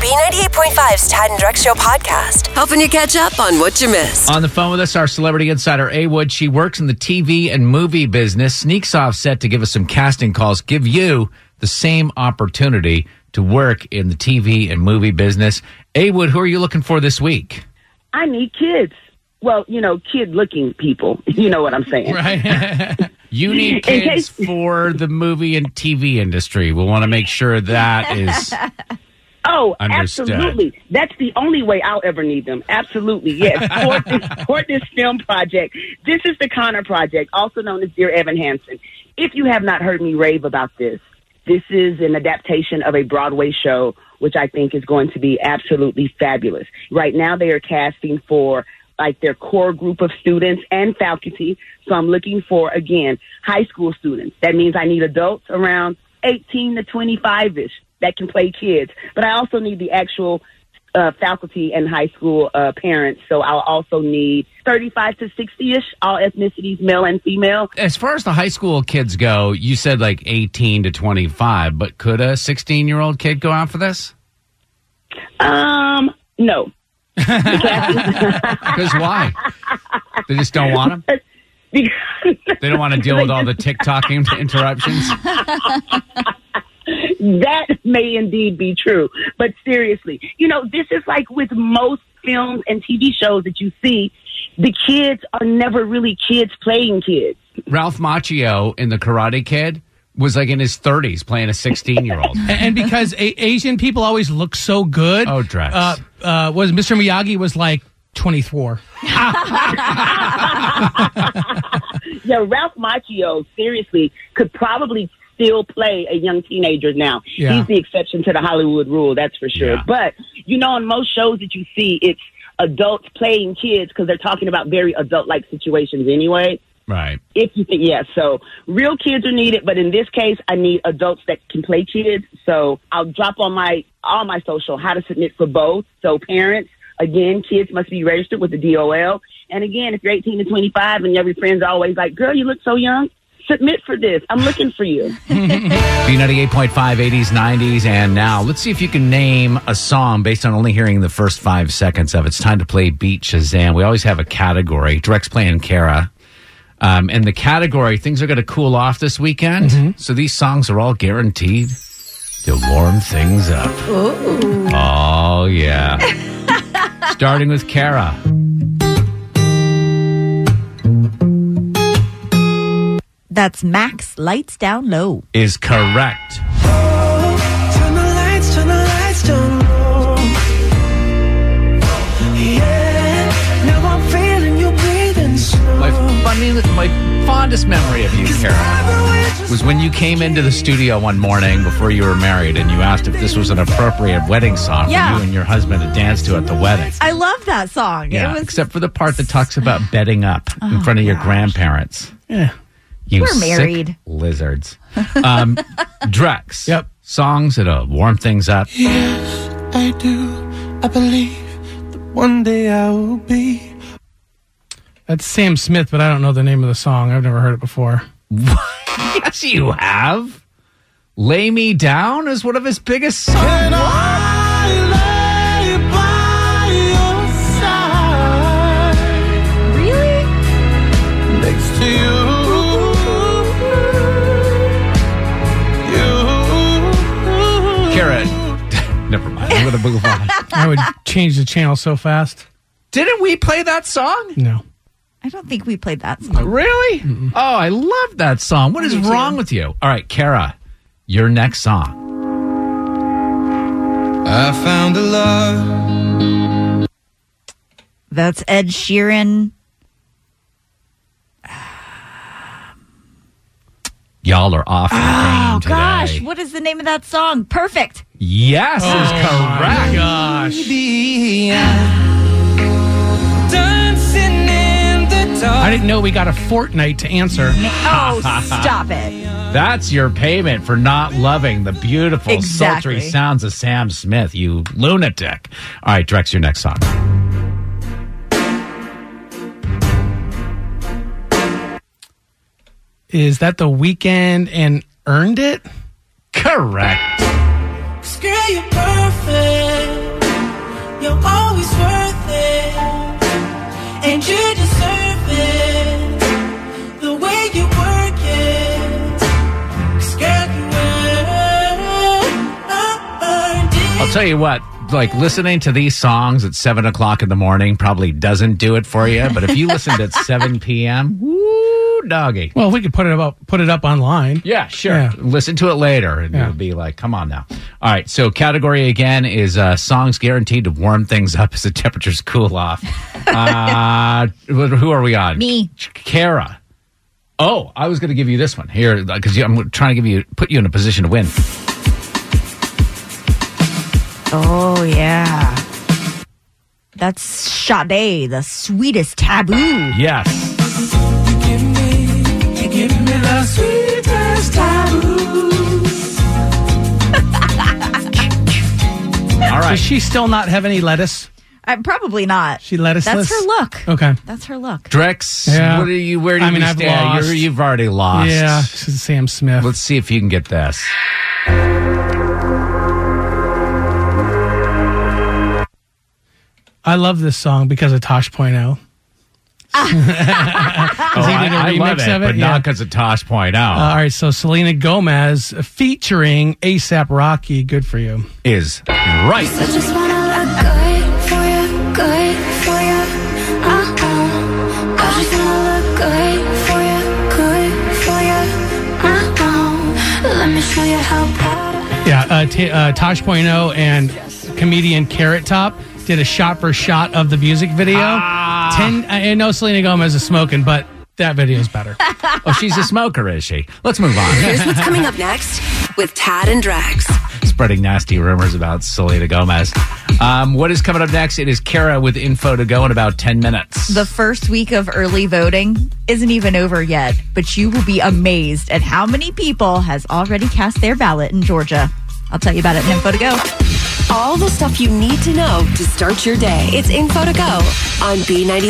B98.5's Tad and Drex Show podcast, helping you catch up on what you missed. On the phone with us, our celebrity insider, A Wood. She works in the TV and movie business, sneaks off set to give us some casting calls, give you the same opportunity to work in the TV and movie business. A Wood, who are you looking for this week? I need kids. Well, you know, kid looking people. You know what I'm saying. Right. you need In kids for the movie and TV industry. We'll want to make sure that is. Oh, Understood. absolutely. That's the only way I'll ever need them. Absolutely. Yes. Support this, support this film project. This is the Connor Project, also known as Dear Evan Hansen. If you have not heard me rave about this, this is an adaptation of a Broadway show, which I think is going to be absolutely fabulous. Right now, they are casting for like their core group of students and faculty. So I'm looking for, again, high school students. That means I need adults around 18 to 25 ish that can play kids. But I also need the actual uh, faculty and high school uh, parents. So I'll also need 35 to 60 ish, all ethnicities, male and female. As far as the high school kids go, you said like 18 to 25, but could a 16 year old kid go out for this? Um, no. Because why? They just don't want them. Because They don't want to deal with all the TikTok in- interruptions. that may indeed be true. But seriously, you know, this is like with most films and TV shows that you see, the kids are never really kids playing kids. Ralph Macchio in The Karate Kid was like in his 30s playing a 16 year old. and because a- Asian people always look so good. Oh, Drex. Uh, uh, was Mr. Miyagi was like 24. Yeah, Ralph Macchio seriously could probably still play a young teenager now. Yeah. He's the exception to the Hollywood rule, that's for sure. Yeah. But you know, in most shows that you see, it's adults playing kids because they're talking about very adult-like situations anyway. Right. If you think, yeah, so real kids are needed, but in this case, I need adults that can play kids. So I'll drop on my all my social how to submit for both. So parents, again, kids must be registered with the DOL. And again, if you're 18 to 25 and your friends always like, "Girl, you look so young," submit for this. I'm looking for you. B98.5, 80s, 90s, and now. Let's see if you can name a song based on only hearing the first five seconds of it. It's time to play Beat Shazam. We always have a category. Direct's playing Kara. Um, and the category, things are going to cool off this weekend. So these songs are all guaranteed to warm things up. Oh, yeah. Starting with Kara. That's Max Lights Down Low. is correct. Turn the lights, turn the lights down low. Yeah, now I'm feeling you breathing slow. My, funny, my fondest memory of you, Kara, was when you came into the studio one morning before you were married and you asked if this was an appropriate wedding song Yeah. for you and your husband to dance to at the wedding. I love that song. Yeah, it was, Oh, except for the part that talks about bedding up in front of your grandparents. Yeah. You We're sick married. lizards. Um, Drex. Yep. Songs that'll warm things up. I do, I believe that one day I will be. That's Sam Smith, but I don't know the name of the song. I've never heard it before. yes, you have. Lay Me Down is one of his biggest songs. And I lay by your really? side next to you. You. Kara, never mind. I'm going to move on. I would change the channel so fast. Didn't we play that song? No. I don't think we played that song. Really? Oh, I love that song. What is Mm-hmm. do too. wrong with you? All right, Kara, your next song. I found a love. That's Ed Sheeran. Y'all are off the game today. Oh, Gosh, what is the name of that song? Perfect. Yes, is Oh. correct. Dancing in the dark. I didn't know we got a fortnight to answer. Oh, stop it. That's your payment for not loving the beautiful, Exactly. sultry sounds of Sam Smith, you lunatic. All right, Drex, your next song. Is that the weekend and earned it? Correct. Girl, you're perfect. I'll tell you what, like listening to these songs at seven o'clock in the morning probably doesn't do it for you. But if you listened at 7 p.m., woo, doggy. Well, we could put it up, put it up online. Yeah, sure. Yeah. Listen to it later, and Yeah. it'll be like, come on now. All right. So, category again is uh, songs guaranteed to warm things up as the temperatures cool off. uh, who are we on? Me. Kara. Oh, I was going to give you this one here because I'm trying to give you put you in a position to win. Oh, yeah. That's Sade, the sweetest taboo. Yes. All Does right. she still not have any lettuce? Uh, probably not. She Oh. lettuce. That's list? her look. Okay. That's her look. Drex, Yeah. what are you? Where do I you mean, I've stand? lost. You're, you've already lost. Yeah, she's Sam Smith. Let's see if you can get this. I love this song because of Tosh Point oh. Oh, he I, did a I love remix it, of it? but Yeah. not because of Tosh Point Oh, out Uh, All right, so Selena Gomez featuring ASAP Rocky, good for you. is right. Just wanna look good for you, good for you. Uh oh. I just wanna look good for you, good for you. Uh oh. Let me show you how proud I am. Yeah, uh, t- uh, Tosh Point oh and comedian Carrot Top did a shot for shot of the music video. Ah. Ten, I I know Selena Gomez is smoking, but that video is better. Oh, she's a smoker, is she? Let's move on. Here's what's coming up next with Tad and Drex. Spreading nasty rumors about Selena Gomez. Um, what is coming up next? It is Kara with info to go in about 10 minutes. The first week of early voting isn't even over yet, but you will be amazed at how many people has already cast their ballot in Georgia. I'll tell you about it in info to go. All the stuff you need to know to start your day. It's info to go on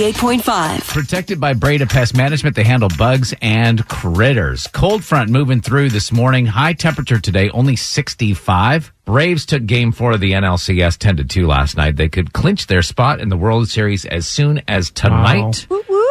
B98.5. Protected by Breda Pest Management, they handle bugs and critters. Cold front moving through this morning. High temperature today, only 65. Braves took game four of the NLCS 10 to 2 last night. They could clinch their spot in the World Series as soon as tonight.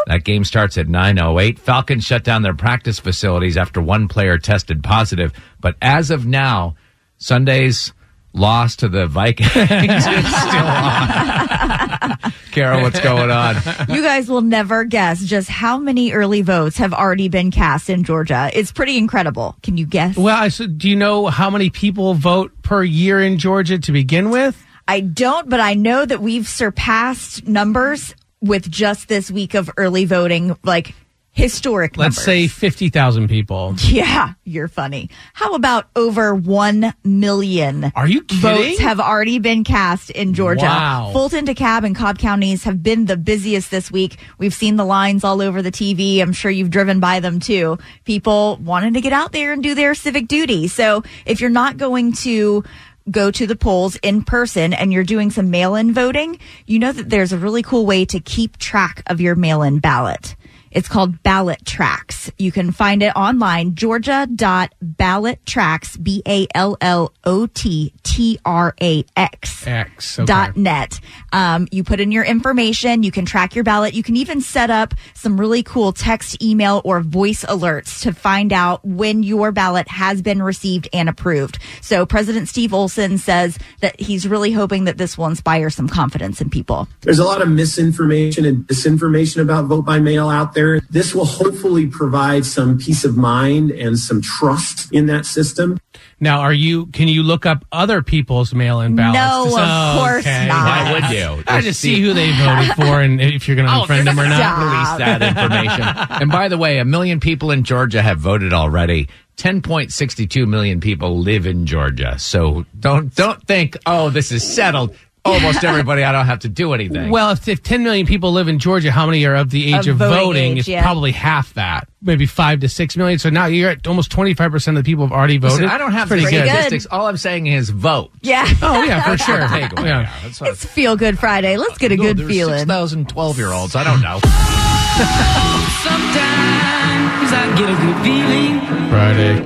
That game starts at 9.08. Falcons shut down their practice facilities after one player tested positive. But as of now, Sunday's loss to the Vikings is still on. Carol, what's going on? You guys will never guess just how many early votes have already been cast in Georgia. It's pretty incredible. Can you guess? well, I said, do you know how many people vote per year in Georgia to begin with? I don't, but I know that we've surpassed numbers with just this week of early voting, like historic Let's say numbers. 50,000 people. Yeah, you're funny. How about over 1 million? Are you kidding? Votes have already been cast in Georgia. Wow. Fulton, DeKalb, and Cobb counties have been the busiest this week. We've seen the lines all over the TV. I'm sure you've driven by them too. People wanting to get out there and do their civic duty. So if you're not going to go to the polls in person and you're doing some mail in voting, you know that there's a really cool way to keep track of your mail in ballot. It's called Ballot Tracks. You can find it online, georgia.ballottracks, B A L L O T T R A X. X. Okay. Dot net. Um, you put in your information. You can track your ballot. You can even set up some really cool text, email, or voice alerts to find out when your ballot has been received and approved. So President Steve Olson says that he's really hoping that this will inspire some confidence in people. There's a lot of misinformation and disinformation about vote by mail out there. This will hopefully provide some peace of mind and some trust in that system. Now, are you? Can you look up other people's mail-in ballots? No, Just- of oh, course okay. not. Why would you? I just see who they voted for and if you're going to unfriend them or not. Stop. that information. and by the way, a million people in Georgia have voted already. 10.62 million people live in Georgia. So don't don't think, "Oh, this is settled." Almost everybody, I don't have to do anything. Well, if, if 10 million people live in Georgia, how many are of the age Of of, voting voting? age, it's yeah. probably half that, maybe five to six million. So now you're at almost 25 percent of the people have already voted. Listen, I don't have Pretty the good. good. statistics. All I'm saying is vote. Yeah. Oh yeah, for sure. Take away. Yeah. Yeah, that's what- It's Feel Good Friday. Let's get a No, good there's feeling. 6,000 12-year-olds. I don't know. Sometimes I get a good feeling. Friday.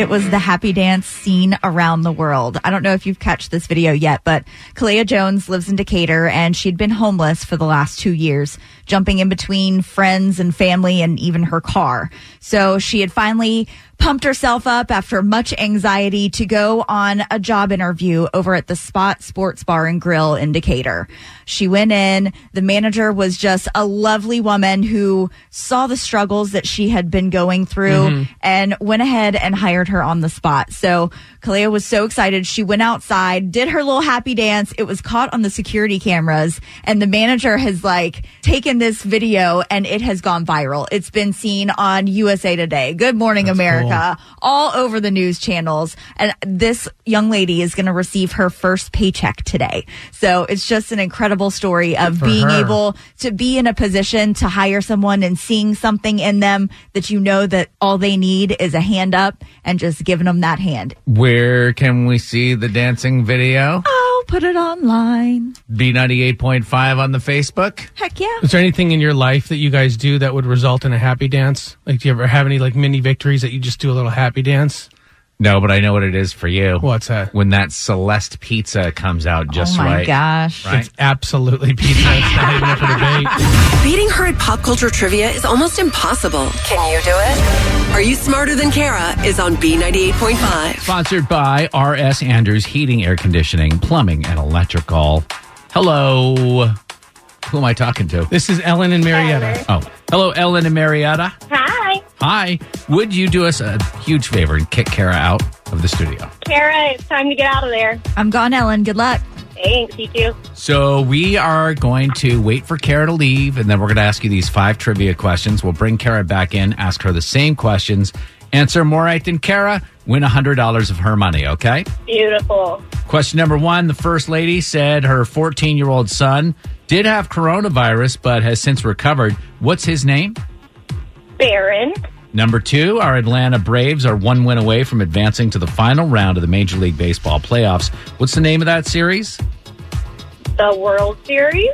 It was the happy dance seen around the world. I don't know if you've catched this video yet, but Kalia Jones lives in Decatur and she'd been homeless for the last two years, jumping in between friends and family and even her car. So she had finally pumped herself up after much anxiety to go on a job interview over at the Spot Sports Bar and Grill in Decatur. She went in. The manager was just a lovely woman who saw the struggles that she had been going through and went ahead and hired her on the spot. So Kalea was so excited. She went outside, did her little happy dance. It was caught on the security cameras and the manager has like taken this video and it has gone viral. It's been seen on USA Today, Good Morning America, all over the news channels. And this young lady is going to receive her first paycheck today. So it's just an incredible story of being her. able to be in a position to hire someone and seeing something in them that you know that all they need is a hand up and just giving them that hand. Where can we see the dancing video? Oh, put it online. B98.5 on the Facebook. Heck yeah. Is there anything in your life that you guys do that would result in a happy dance? Like, do you ever have any like mini victories that you just do a little happy dance? No, but I know what it is for you. What's that? When that Celeste pizza comes out just oh my right. gosh. Right? It's absolutely pizza. It's not even up for debate. Beating her at pop culture trivia is almost impossible. Can you do it? Are You Smarter Than Kara is on B98.5. Sponsored by R.S. Andrews Heating, Air Conditioning, Plumbing, and Electrical. Hello. Who am I talking to? This is Ellen and Marietta. Oh, hello, Ellen and Marietta. Hi, Hi. Would you do us a huge favor and kick Kara out of the studio? Kara. It's time to get out of there. I'm gone, Ellen. Good luck. Thanks, you too. So we are going to wait for Kara to leave, and then we're going to ask you these five trivia questions. We'll bring Kara back in, ask her the same questions, answer more right than Kara, win $100 of her money, okay? Beautiful. Question number one The First Lady said her 14 year old son did have coronavirus, but has since recovered. What's his name? Baron. Number two, our Atlanta Braves are one win away from advancing to the final round of the Major League Baseball playoffs. What's the name of that series? The World Series.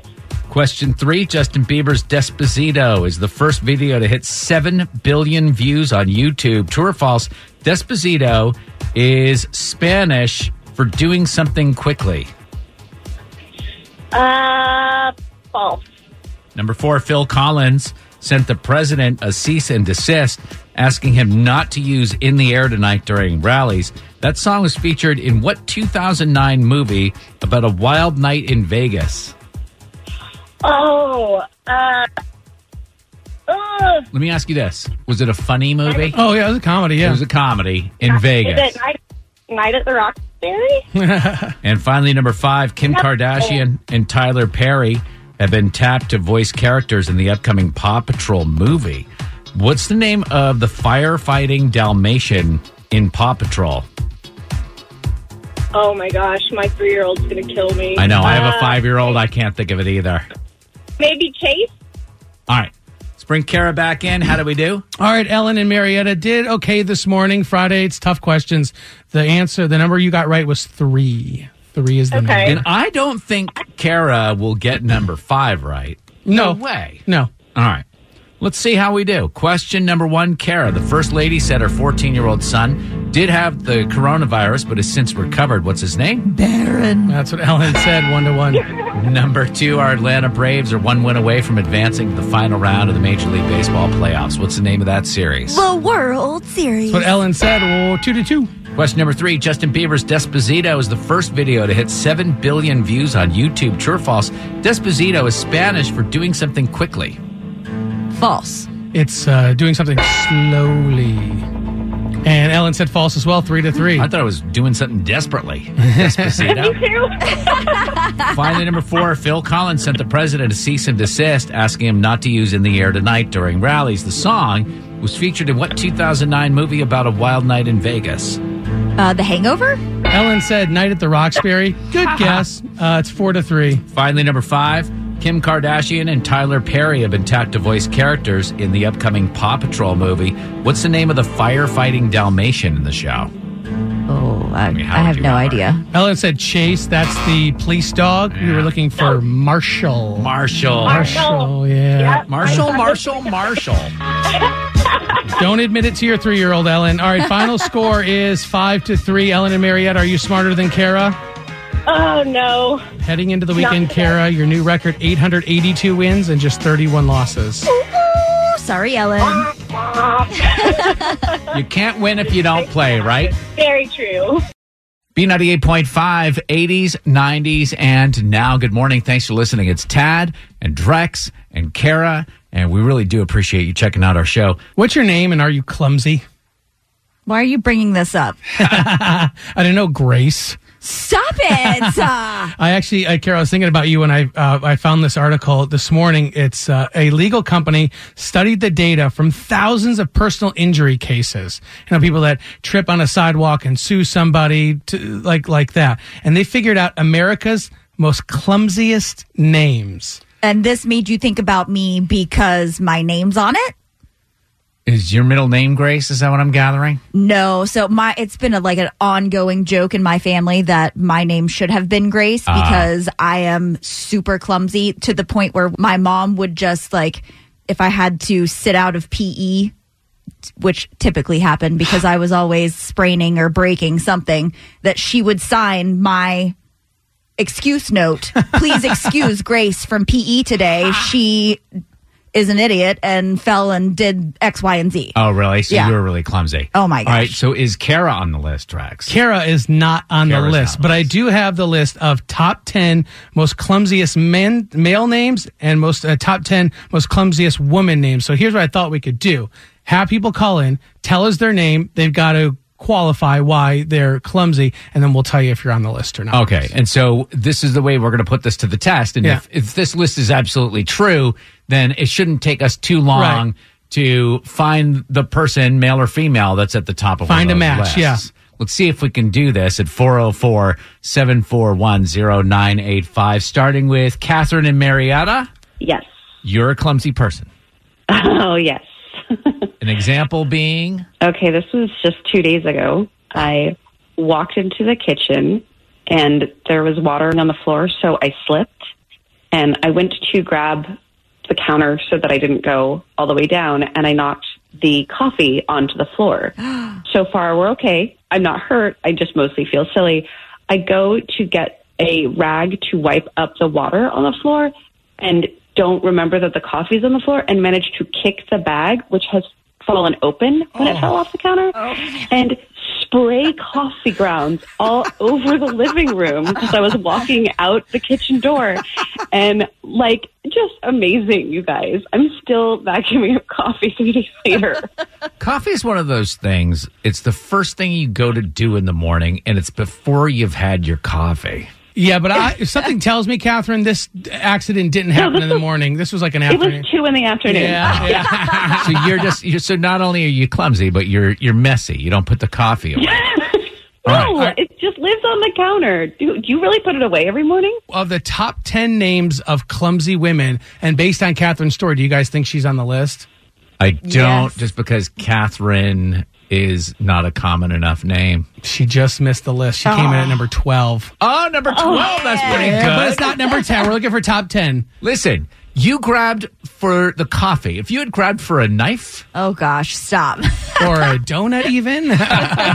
Question three Justin Bieber's Despacito is the first video to hit 7 billion views on YouTube. True or false? Despacito is Spanish for doing something quickly. Uh, false. Number four, Phil Collins sent the president a cease and desist, asking him not to use In the Air Tonight during rallies. That song was featured in what 2009 movie about a wild night in Vegas? Oh, uh, ugh. Let me ask you this Was it a funny movie? Oh yeah, it was a comedy. It Yeah, was a comedy in Is Vegas. it night, night at the Roxbury? And finally, number five, Kim Kardashian and Tyler Perry have been tapped to voice characters in the upcoming Paw Patrol movie. What's the name of the firefighting Dalmatian in Paw Patrol? oh my gosh, my three-year-old's gonna kill me. I know. I have a Uh, five year old. I can't think of it either. Maybe Chase. All right. Let's bring Kara back in. How do we do? All right, Ellen and Marietta did okay this morning. Friday, it's tough questions. The answer, the number you got right was three. Three is the Okay. And I don't think Kara will get number five right. number. No, way. No. All right. Let's see how we do. Question number one Kara, the first lady said her 14 year old son did have the coronavirus, but has since recovered. What's his name? That's what Ellen said, one to one. Number two, our Atlanta Braves are one win away from advancing to the final round of the Major League Baseball playoffs. What's the name of that series? The World Series. What Ellen said, oh, two to two. Question number three Justin Bieber's Despacito is the first video to hit 7 billion views on YouTube. True or false? Despacito is Spanish for doing something quickly. uh, False. It's uh, doing something slowly. And Ellen said false as well, three to three. I thought I was doing something desperately. Me Despacito. too. Finally, number four, Phil Collins sent the president a cease and desist, asking him not to use In the Air Tonight during rallies. The song was featured in what 2009 movie about a wild night in Vegas? Uh, the Hangover? Ellen said night at the Roxbury. Good guess. Uh, it's four to three. Finally, number five, Kim Kardashian and Tyler Perry have been tapped to voice characters in the upcoming Paw Patrol movie. What's the name of the firefighting Dalmatian in the show? Oh, I, mean, how I would have you no remember? idea. Ellen said chase. That's the police dog. We were looking for Marshall. Marshall. Marshall, yeah. Marshall, Marshall, Marshall. Don't admit it to your three-year-old, Ellen. All right, final score is five to three. Ellen and Mariette, are you smarter than Kara? Oh no. Heading into the weekend, Kara, your new record: 882 wins and just 31 losses. Ooh, Oh, Sorry, Ellen. You can't win if you don't play, right? Very true. B98.5, 80s, 90s, and now. Good morning. Thanks for listening. It's Tad and Drex and Kara, and we really do appreciate you checking out our show. What's your name and are you clumsy? Why are you bringing this up? I don't know, Grace. Stop it. Uh, I actually, uh, Carol, I was thinking about you when I uh, I found this article this morning. It's uh, a legal company studied the data from thousands of personal injury cases. You know, people that trip on a sidewalk and sue somebody, to, like like that, and they figured out America's most clumsiest names. and this made you think about me because my name's on it? Is your middle name Grace? Is that what I'm gathering? Mm. No, so my it's been a, like an ongoing joke in my family that my name should have been Grace Ah. because I am super clumsy to the point where my mom would just like if I had to sit out of PE, which typically happened because I was always spraining or breaking something, that she would sign my excuse note. Please excuse Grace from PE today. She is an idiot and fell and did X, Y, and Z. Oh, really? So Yeah. you were really clumsy. Oh, my All right. So is Kara on the list, Drex? Kara is not on Kara's the not list, on but I do have the list of top 10 most clumsiest men, male names and most uh, top 10 most clumsiest woman names. So here's what I thought we could do. Have people call in, tell us their name. They've got to qualify why they're clumsy, and then we'll tell you if you're on the list or not. Okay. And so this is the way we're going to put this to the test. And Yeah. if, if this list is absolutely true, then it shouldn't take us too long Right. to find the person, male or female, that's at the top of Find one a of those match, yeah. lists. Let's see if we can do this at 404 741 0985, starting with Catherine and Marietta. Yes. You're a clumsy person. Oh, yes. An example being, Okay, this was just two days ago. I walked into the kitchen and there was water on the floor, so I slipped and I went to grab the counter so that I didn't go all the way down and I knocked the coffee onto the floor. so far, we're okay. I'm not hurt. I just mostly feel silly. I go to get a rag to wipe up the water on the floor and don't remember that the coffee's on the floor and manage to kick the bag, which has fallen open when it fell off the counter, and spray coffee grounds all over the living room because I was walking out the kitchen door. And like, just amazing, you guys. I'm still vacuuming up coffee three days later. coffee is one of those things. It's the first thing you go to do in the morning, and it's before you've had your coffee. Yeah, but I, if something tells me, Catherine, this accident didn't happen in the morning. This was like an It afternoon. was two in the afternoon. Yeah, yeah. so you're just you're, so not only are you clumsy, but you're you're messy. You don't put the coffee away. No, All right. it just lives on the counter. Do, do you really put it away every morning? of the top 10 names of clumsy women, and based on Catherine's story, do you guys think she's on the list? I don't Yes. just because Catherine is not a common enough name. She just missed the list. She came in at number 12. Oh, number twelve. that's pretty good. But it's not number 10. We're looking for top 10. Listen, you grabbed for the coffee. If you had grabbed for a knife, Oh gosh, stop. Or a donut, even. all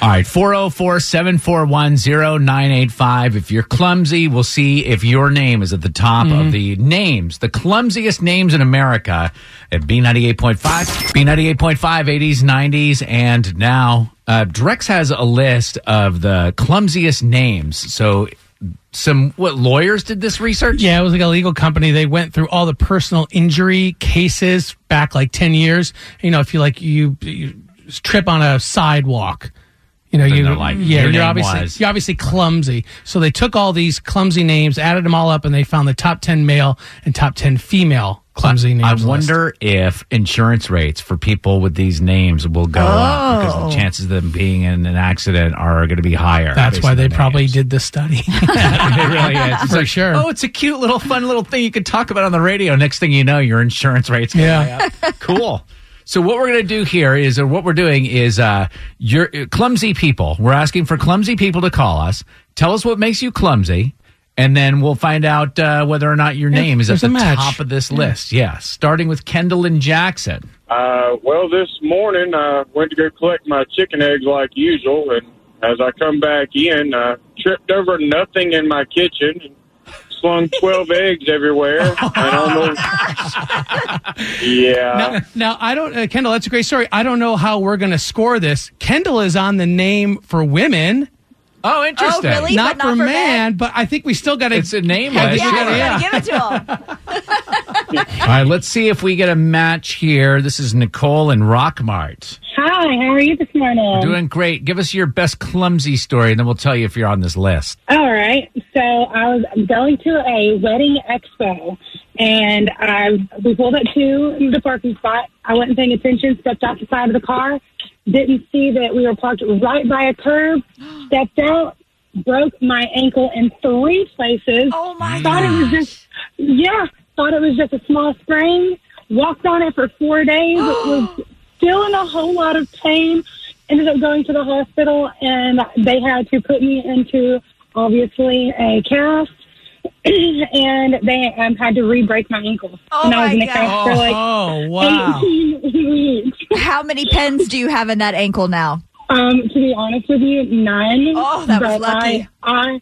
right, 404 741 0985. If you're clumsy, we'll see if your name is at the top Mm-hmm. of the names, the clumsiest names in America at B98.5, B98.5, 80s, 90s, and now. Uh, Drex has a list of the clumsiest names. So, some what lawyers did this research? Yeah, it was like a legal company. They went through all the personal injury cases back like 10 years. You know, if you like, you, you trip on a sidewalk. You know, Then you they're like, yeah, your you're name obviously was- you're obviously clumsy. So they took all these clumsy names, added them all up, and they found the top ten male and top ten female clumsy I names. list. wonder if insurance rates for people with these names will go up because the Oh. chances of them being in an accident are going to be higher. That's based why on they the probably names. did this study. it really is. It's For like, sure. Oh, it's a cute little fun little thing you could talk about on the radio. Next thing you know, your insurance rates. Go Yeah. up. cool. So what we're going to do here is, or what we're doing is, uh, you're uh, clumsy people. We're asking for clumsy people to call us. Tell us what makes you clumsy, and then we'll find out uh, whether or not your name is at there's a the match. top of this list. Yeah, starting with Kendall and Jackson. Uh, well, this morning I went to go collect my chicken eggs like usual, and as I come back in, I tripped over nothing in my kitchen and flung 12 eggs everywhere. I don't know. Yeah. Now, now, I don't, uh, Kendall, that's a great story. I don't know how we're going to score this. Kendall is on the name for women. Oh, interesting. Oh, really? Not, But not for, man, for men? but I think we still got to. It's a name Yeah, list. you gotta- yeah. Yeah, give it to him. All right, let's see if we get a match here. This is Nicole and Rockmart. Hi, how are you this morning? Doing great. Give us your best clumsy story, and then we'll tell you if you're on this list. All right. So I was going to a wedding expo, and I we pulled up to the parking spot. I wasn't paying attention, stepped out the side of the car, didn't see that we were parked right by a curb, stepped out, broke my ankle in three places. Oh my Thought it was just yeah, thought it was just a small sprain. Walked on it for four days. was still in a whole lot of pain. Ended up going to the hospital, and they had to put me into obviously a cast, and they um, had to re-break my ankle. Oh and I was my in the cast God. Oh. for like Oh, wow. 18 weeks. How many pins do you have in that ankle now? Um, to be honest with you, none. Oh, that was but lucky. I,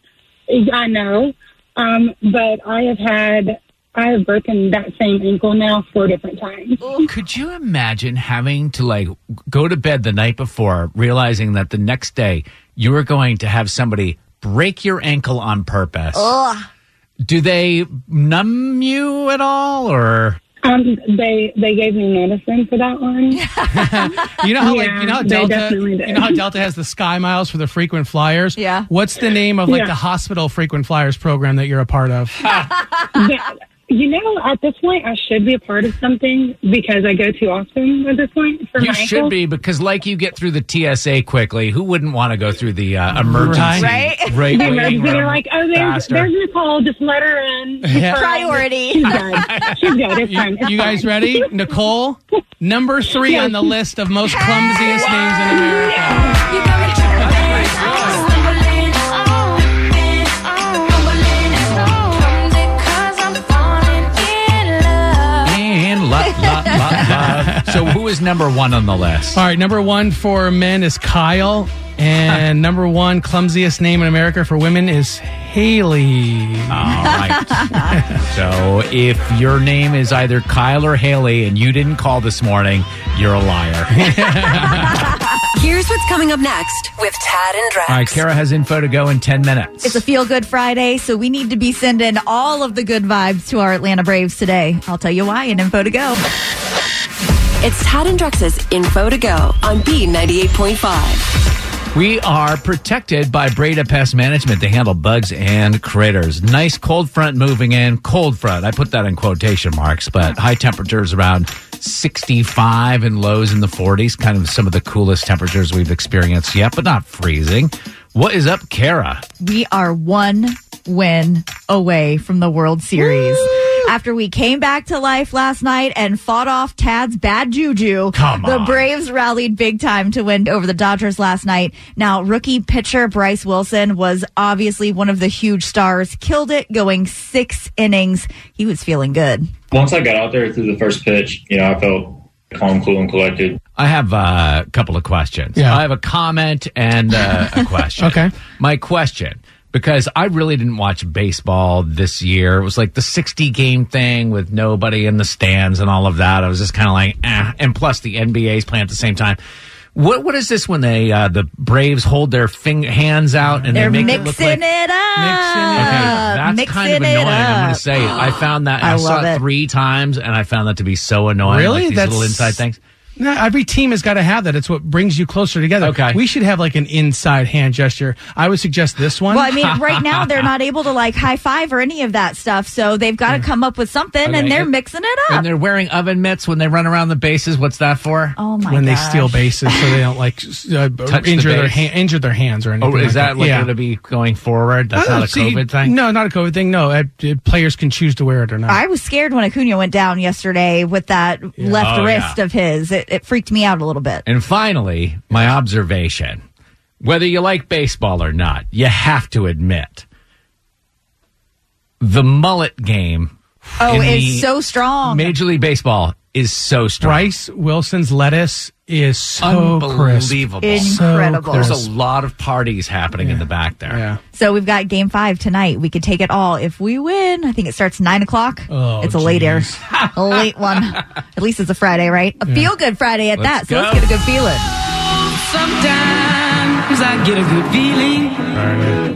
I, I know. Um, but I have had, I have broken that same ankle now four different times. Oh. Could you imagine having to like go to bed the night before, realizing that the next day you were going to have somebody break your ankle on purpose? Ugh. Do they numb you at all, or Um, they, they gave me medicine for that one. You know how like Yeah, you know how they Delta definitely did. you know how Delta has the sky miles for the frequent flyers? Yeah. What's the name of like Yeah. the hospital frequent flyers program that you're a part of? But, you know, at this point, I should be a part of something because I go too often at this point for you my should ankle. be because like you get through the TSA quickly. Who wouldn't want to go through the uh, emergency Right. Right? The waiting emergency, room they're like, oh, there's, faster? there's Nicole. Just let her in. She's Yeah. fine. Priority. She's good. She's good. It's fine. you, It's you guys fine. ready? Nicole, number three on the list of most clumsiest names in America. oh, And love, love, love, love. So who is number one on the list? All right, number one for men is Kyle, and number one clumsiest name in America for women is Haley. All right. so if your name is either Kyle or Haley and you didn't call this morning, you're a liar. All Here's what's coming up next with Tad and Drex. right, Kara has info to go in 10 minutes. It's a feel good Friday, so we need to be sending all of the good vibes to our Atlanta Braves today. I'll tell you why in info to go. It's Tad and Drex's Info to Go on B98.5. We are protected by Breda Pest Management. They handle bugs and critters. Nice cold front moving in. Cold front. I put that in quotation marks, but high temperatures around 65 and lows in the 40s. Kind of some of the coolest temperatures we've experienced yet, but not freezing. What is up, Kara? We are one win away from the World Series. After we came back to life last night and fought off Tad's bad juju, Come the on. Braves rallied big time to win over the Dodgers last night. Now, rookie pitcher Bryce Wilson was obviously one of the huge stars, killed it going six innings. He was feeling good. once I got out there through the first pitch, you know, I felt calm, cool, and collected. I have uh, a couple of questions. I have a comment and uh, a question. Okay. My question, because I really didn't watch baseball this year. It was like the 60 game thing with nobody in the stands and all of that. I was just kind of like, eh. And plus the NBA's playing at the same time. What What is this when they uh, the Braves hold their fing- hands out and They're they make mixing it, it look like up. Okay, that's Mixing kind of it annoying. I'm going up. to say it. I found that. I I, saw love it it. three times, and I found that to be so annoying. Really? like these That's- little inside things. No, every team has got to have that. It's what brings you closer together. Okay. We should have like an inside hand gesture. I would suggest this one. Well, I mean, right now they're not able to like high five or any of that stuff, so they've got to come up with something, Okay, and they're it- mixing it up. And they're wearing oven mitts when they run around the bases. What's that for? Oh my! when they gosh. steal bases so they don't like s- uh, Touch the injure their base. hand, injure their hands or anything. Oh, is that like yeah. going to be going forward? That's Uh, not a see, COVID thing. No, not a COVID thing. No, uh, uh, players can choose to wear it or not. I was scared when Acuna went down yesterday with that left Oh, wrist of his. It, it freaked me out a little bit. And finally, my observation: whether you like baseball or not, you have to admit the mullet game. Oh, in it's the Oh, Oh, so strong. Major League Baseball is so strong. Bryce Wilson's lettuce is so crisp. Unbelievable. So Incredible. crisp. There's a lot of parties happening in the back there. Yeah. So we've got game five tonight. We could take it all if we win. I think it starts nine o'clock. Oh, it's a late air, a late one. At least it's a Friday, right? A Yeah. feel good Friday at Let's that. So let's go. get a good feeling. Sometimes I get a good feeling.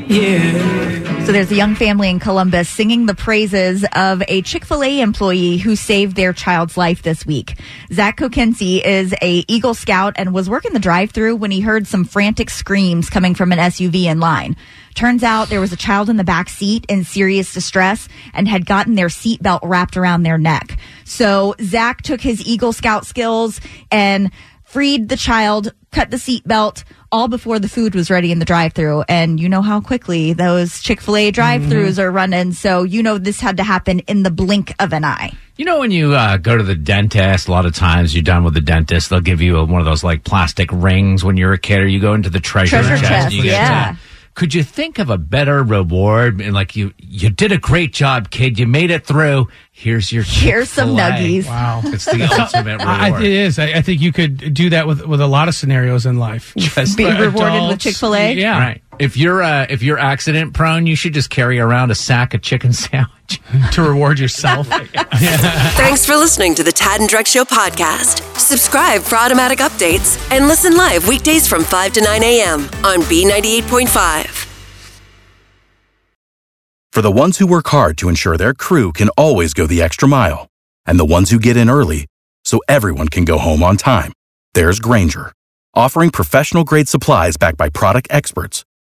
Yeah. So there's a young family in Columbus singing the praises of a Chick-fil-A employee who saved their child's life this week. Zach Kokensi is a Eagle Scout and was working the drive-through when he heard some frantic screams coming from an SUV in line. Turns out there was a child in the back seat in serious distress and had gotten their seatbelt wrapped around their neck. So Zach took his Eagle Scout skills and freed the child, cut the seatbelt, all before the food was ready in the drive thru. And you know how quickly those Chick fil A drive thrus are running. So you know this had to happen in the blink of an eye. You know, when you uh, go to the dentist, a lot of times you're done with the dentist, they'll give you a, one of those like plastic rings when you're a kid, or you go into the treasure, Treasure chest, you get yeah. that. Could you think of a better reward? And like you, you did a great job, kid. You made it through. Here's your Here's some Chick-fil-A. nuggies. Wow. it's the ultimate I, I- reward. it is. I, I think you could do that with, with a lot of scenarios in life. Just Be For rewarded with adults. Chick-fil-A? Yeah. Right. If you're uh, if you're accident prone, you should just carry around a sack of chicken sandwich to reward yourself. Thanks for listening to the Tad and Drex Show podcast. Subscribe for automatic updates and listen live weekdays from 5 to 9 a.m. on B98.5. For the ones who work hard to ensure their crew can always go the extra mile, and the ones who get in early so everyone can go home on time, there's Granger, offering professional grade supplies backed by product experts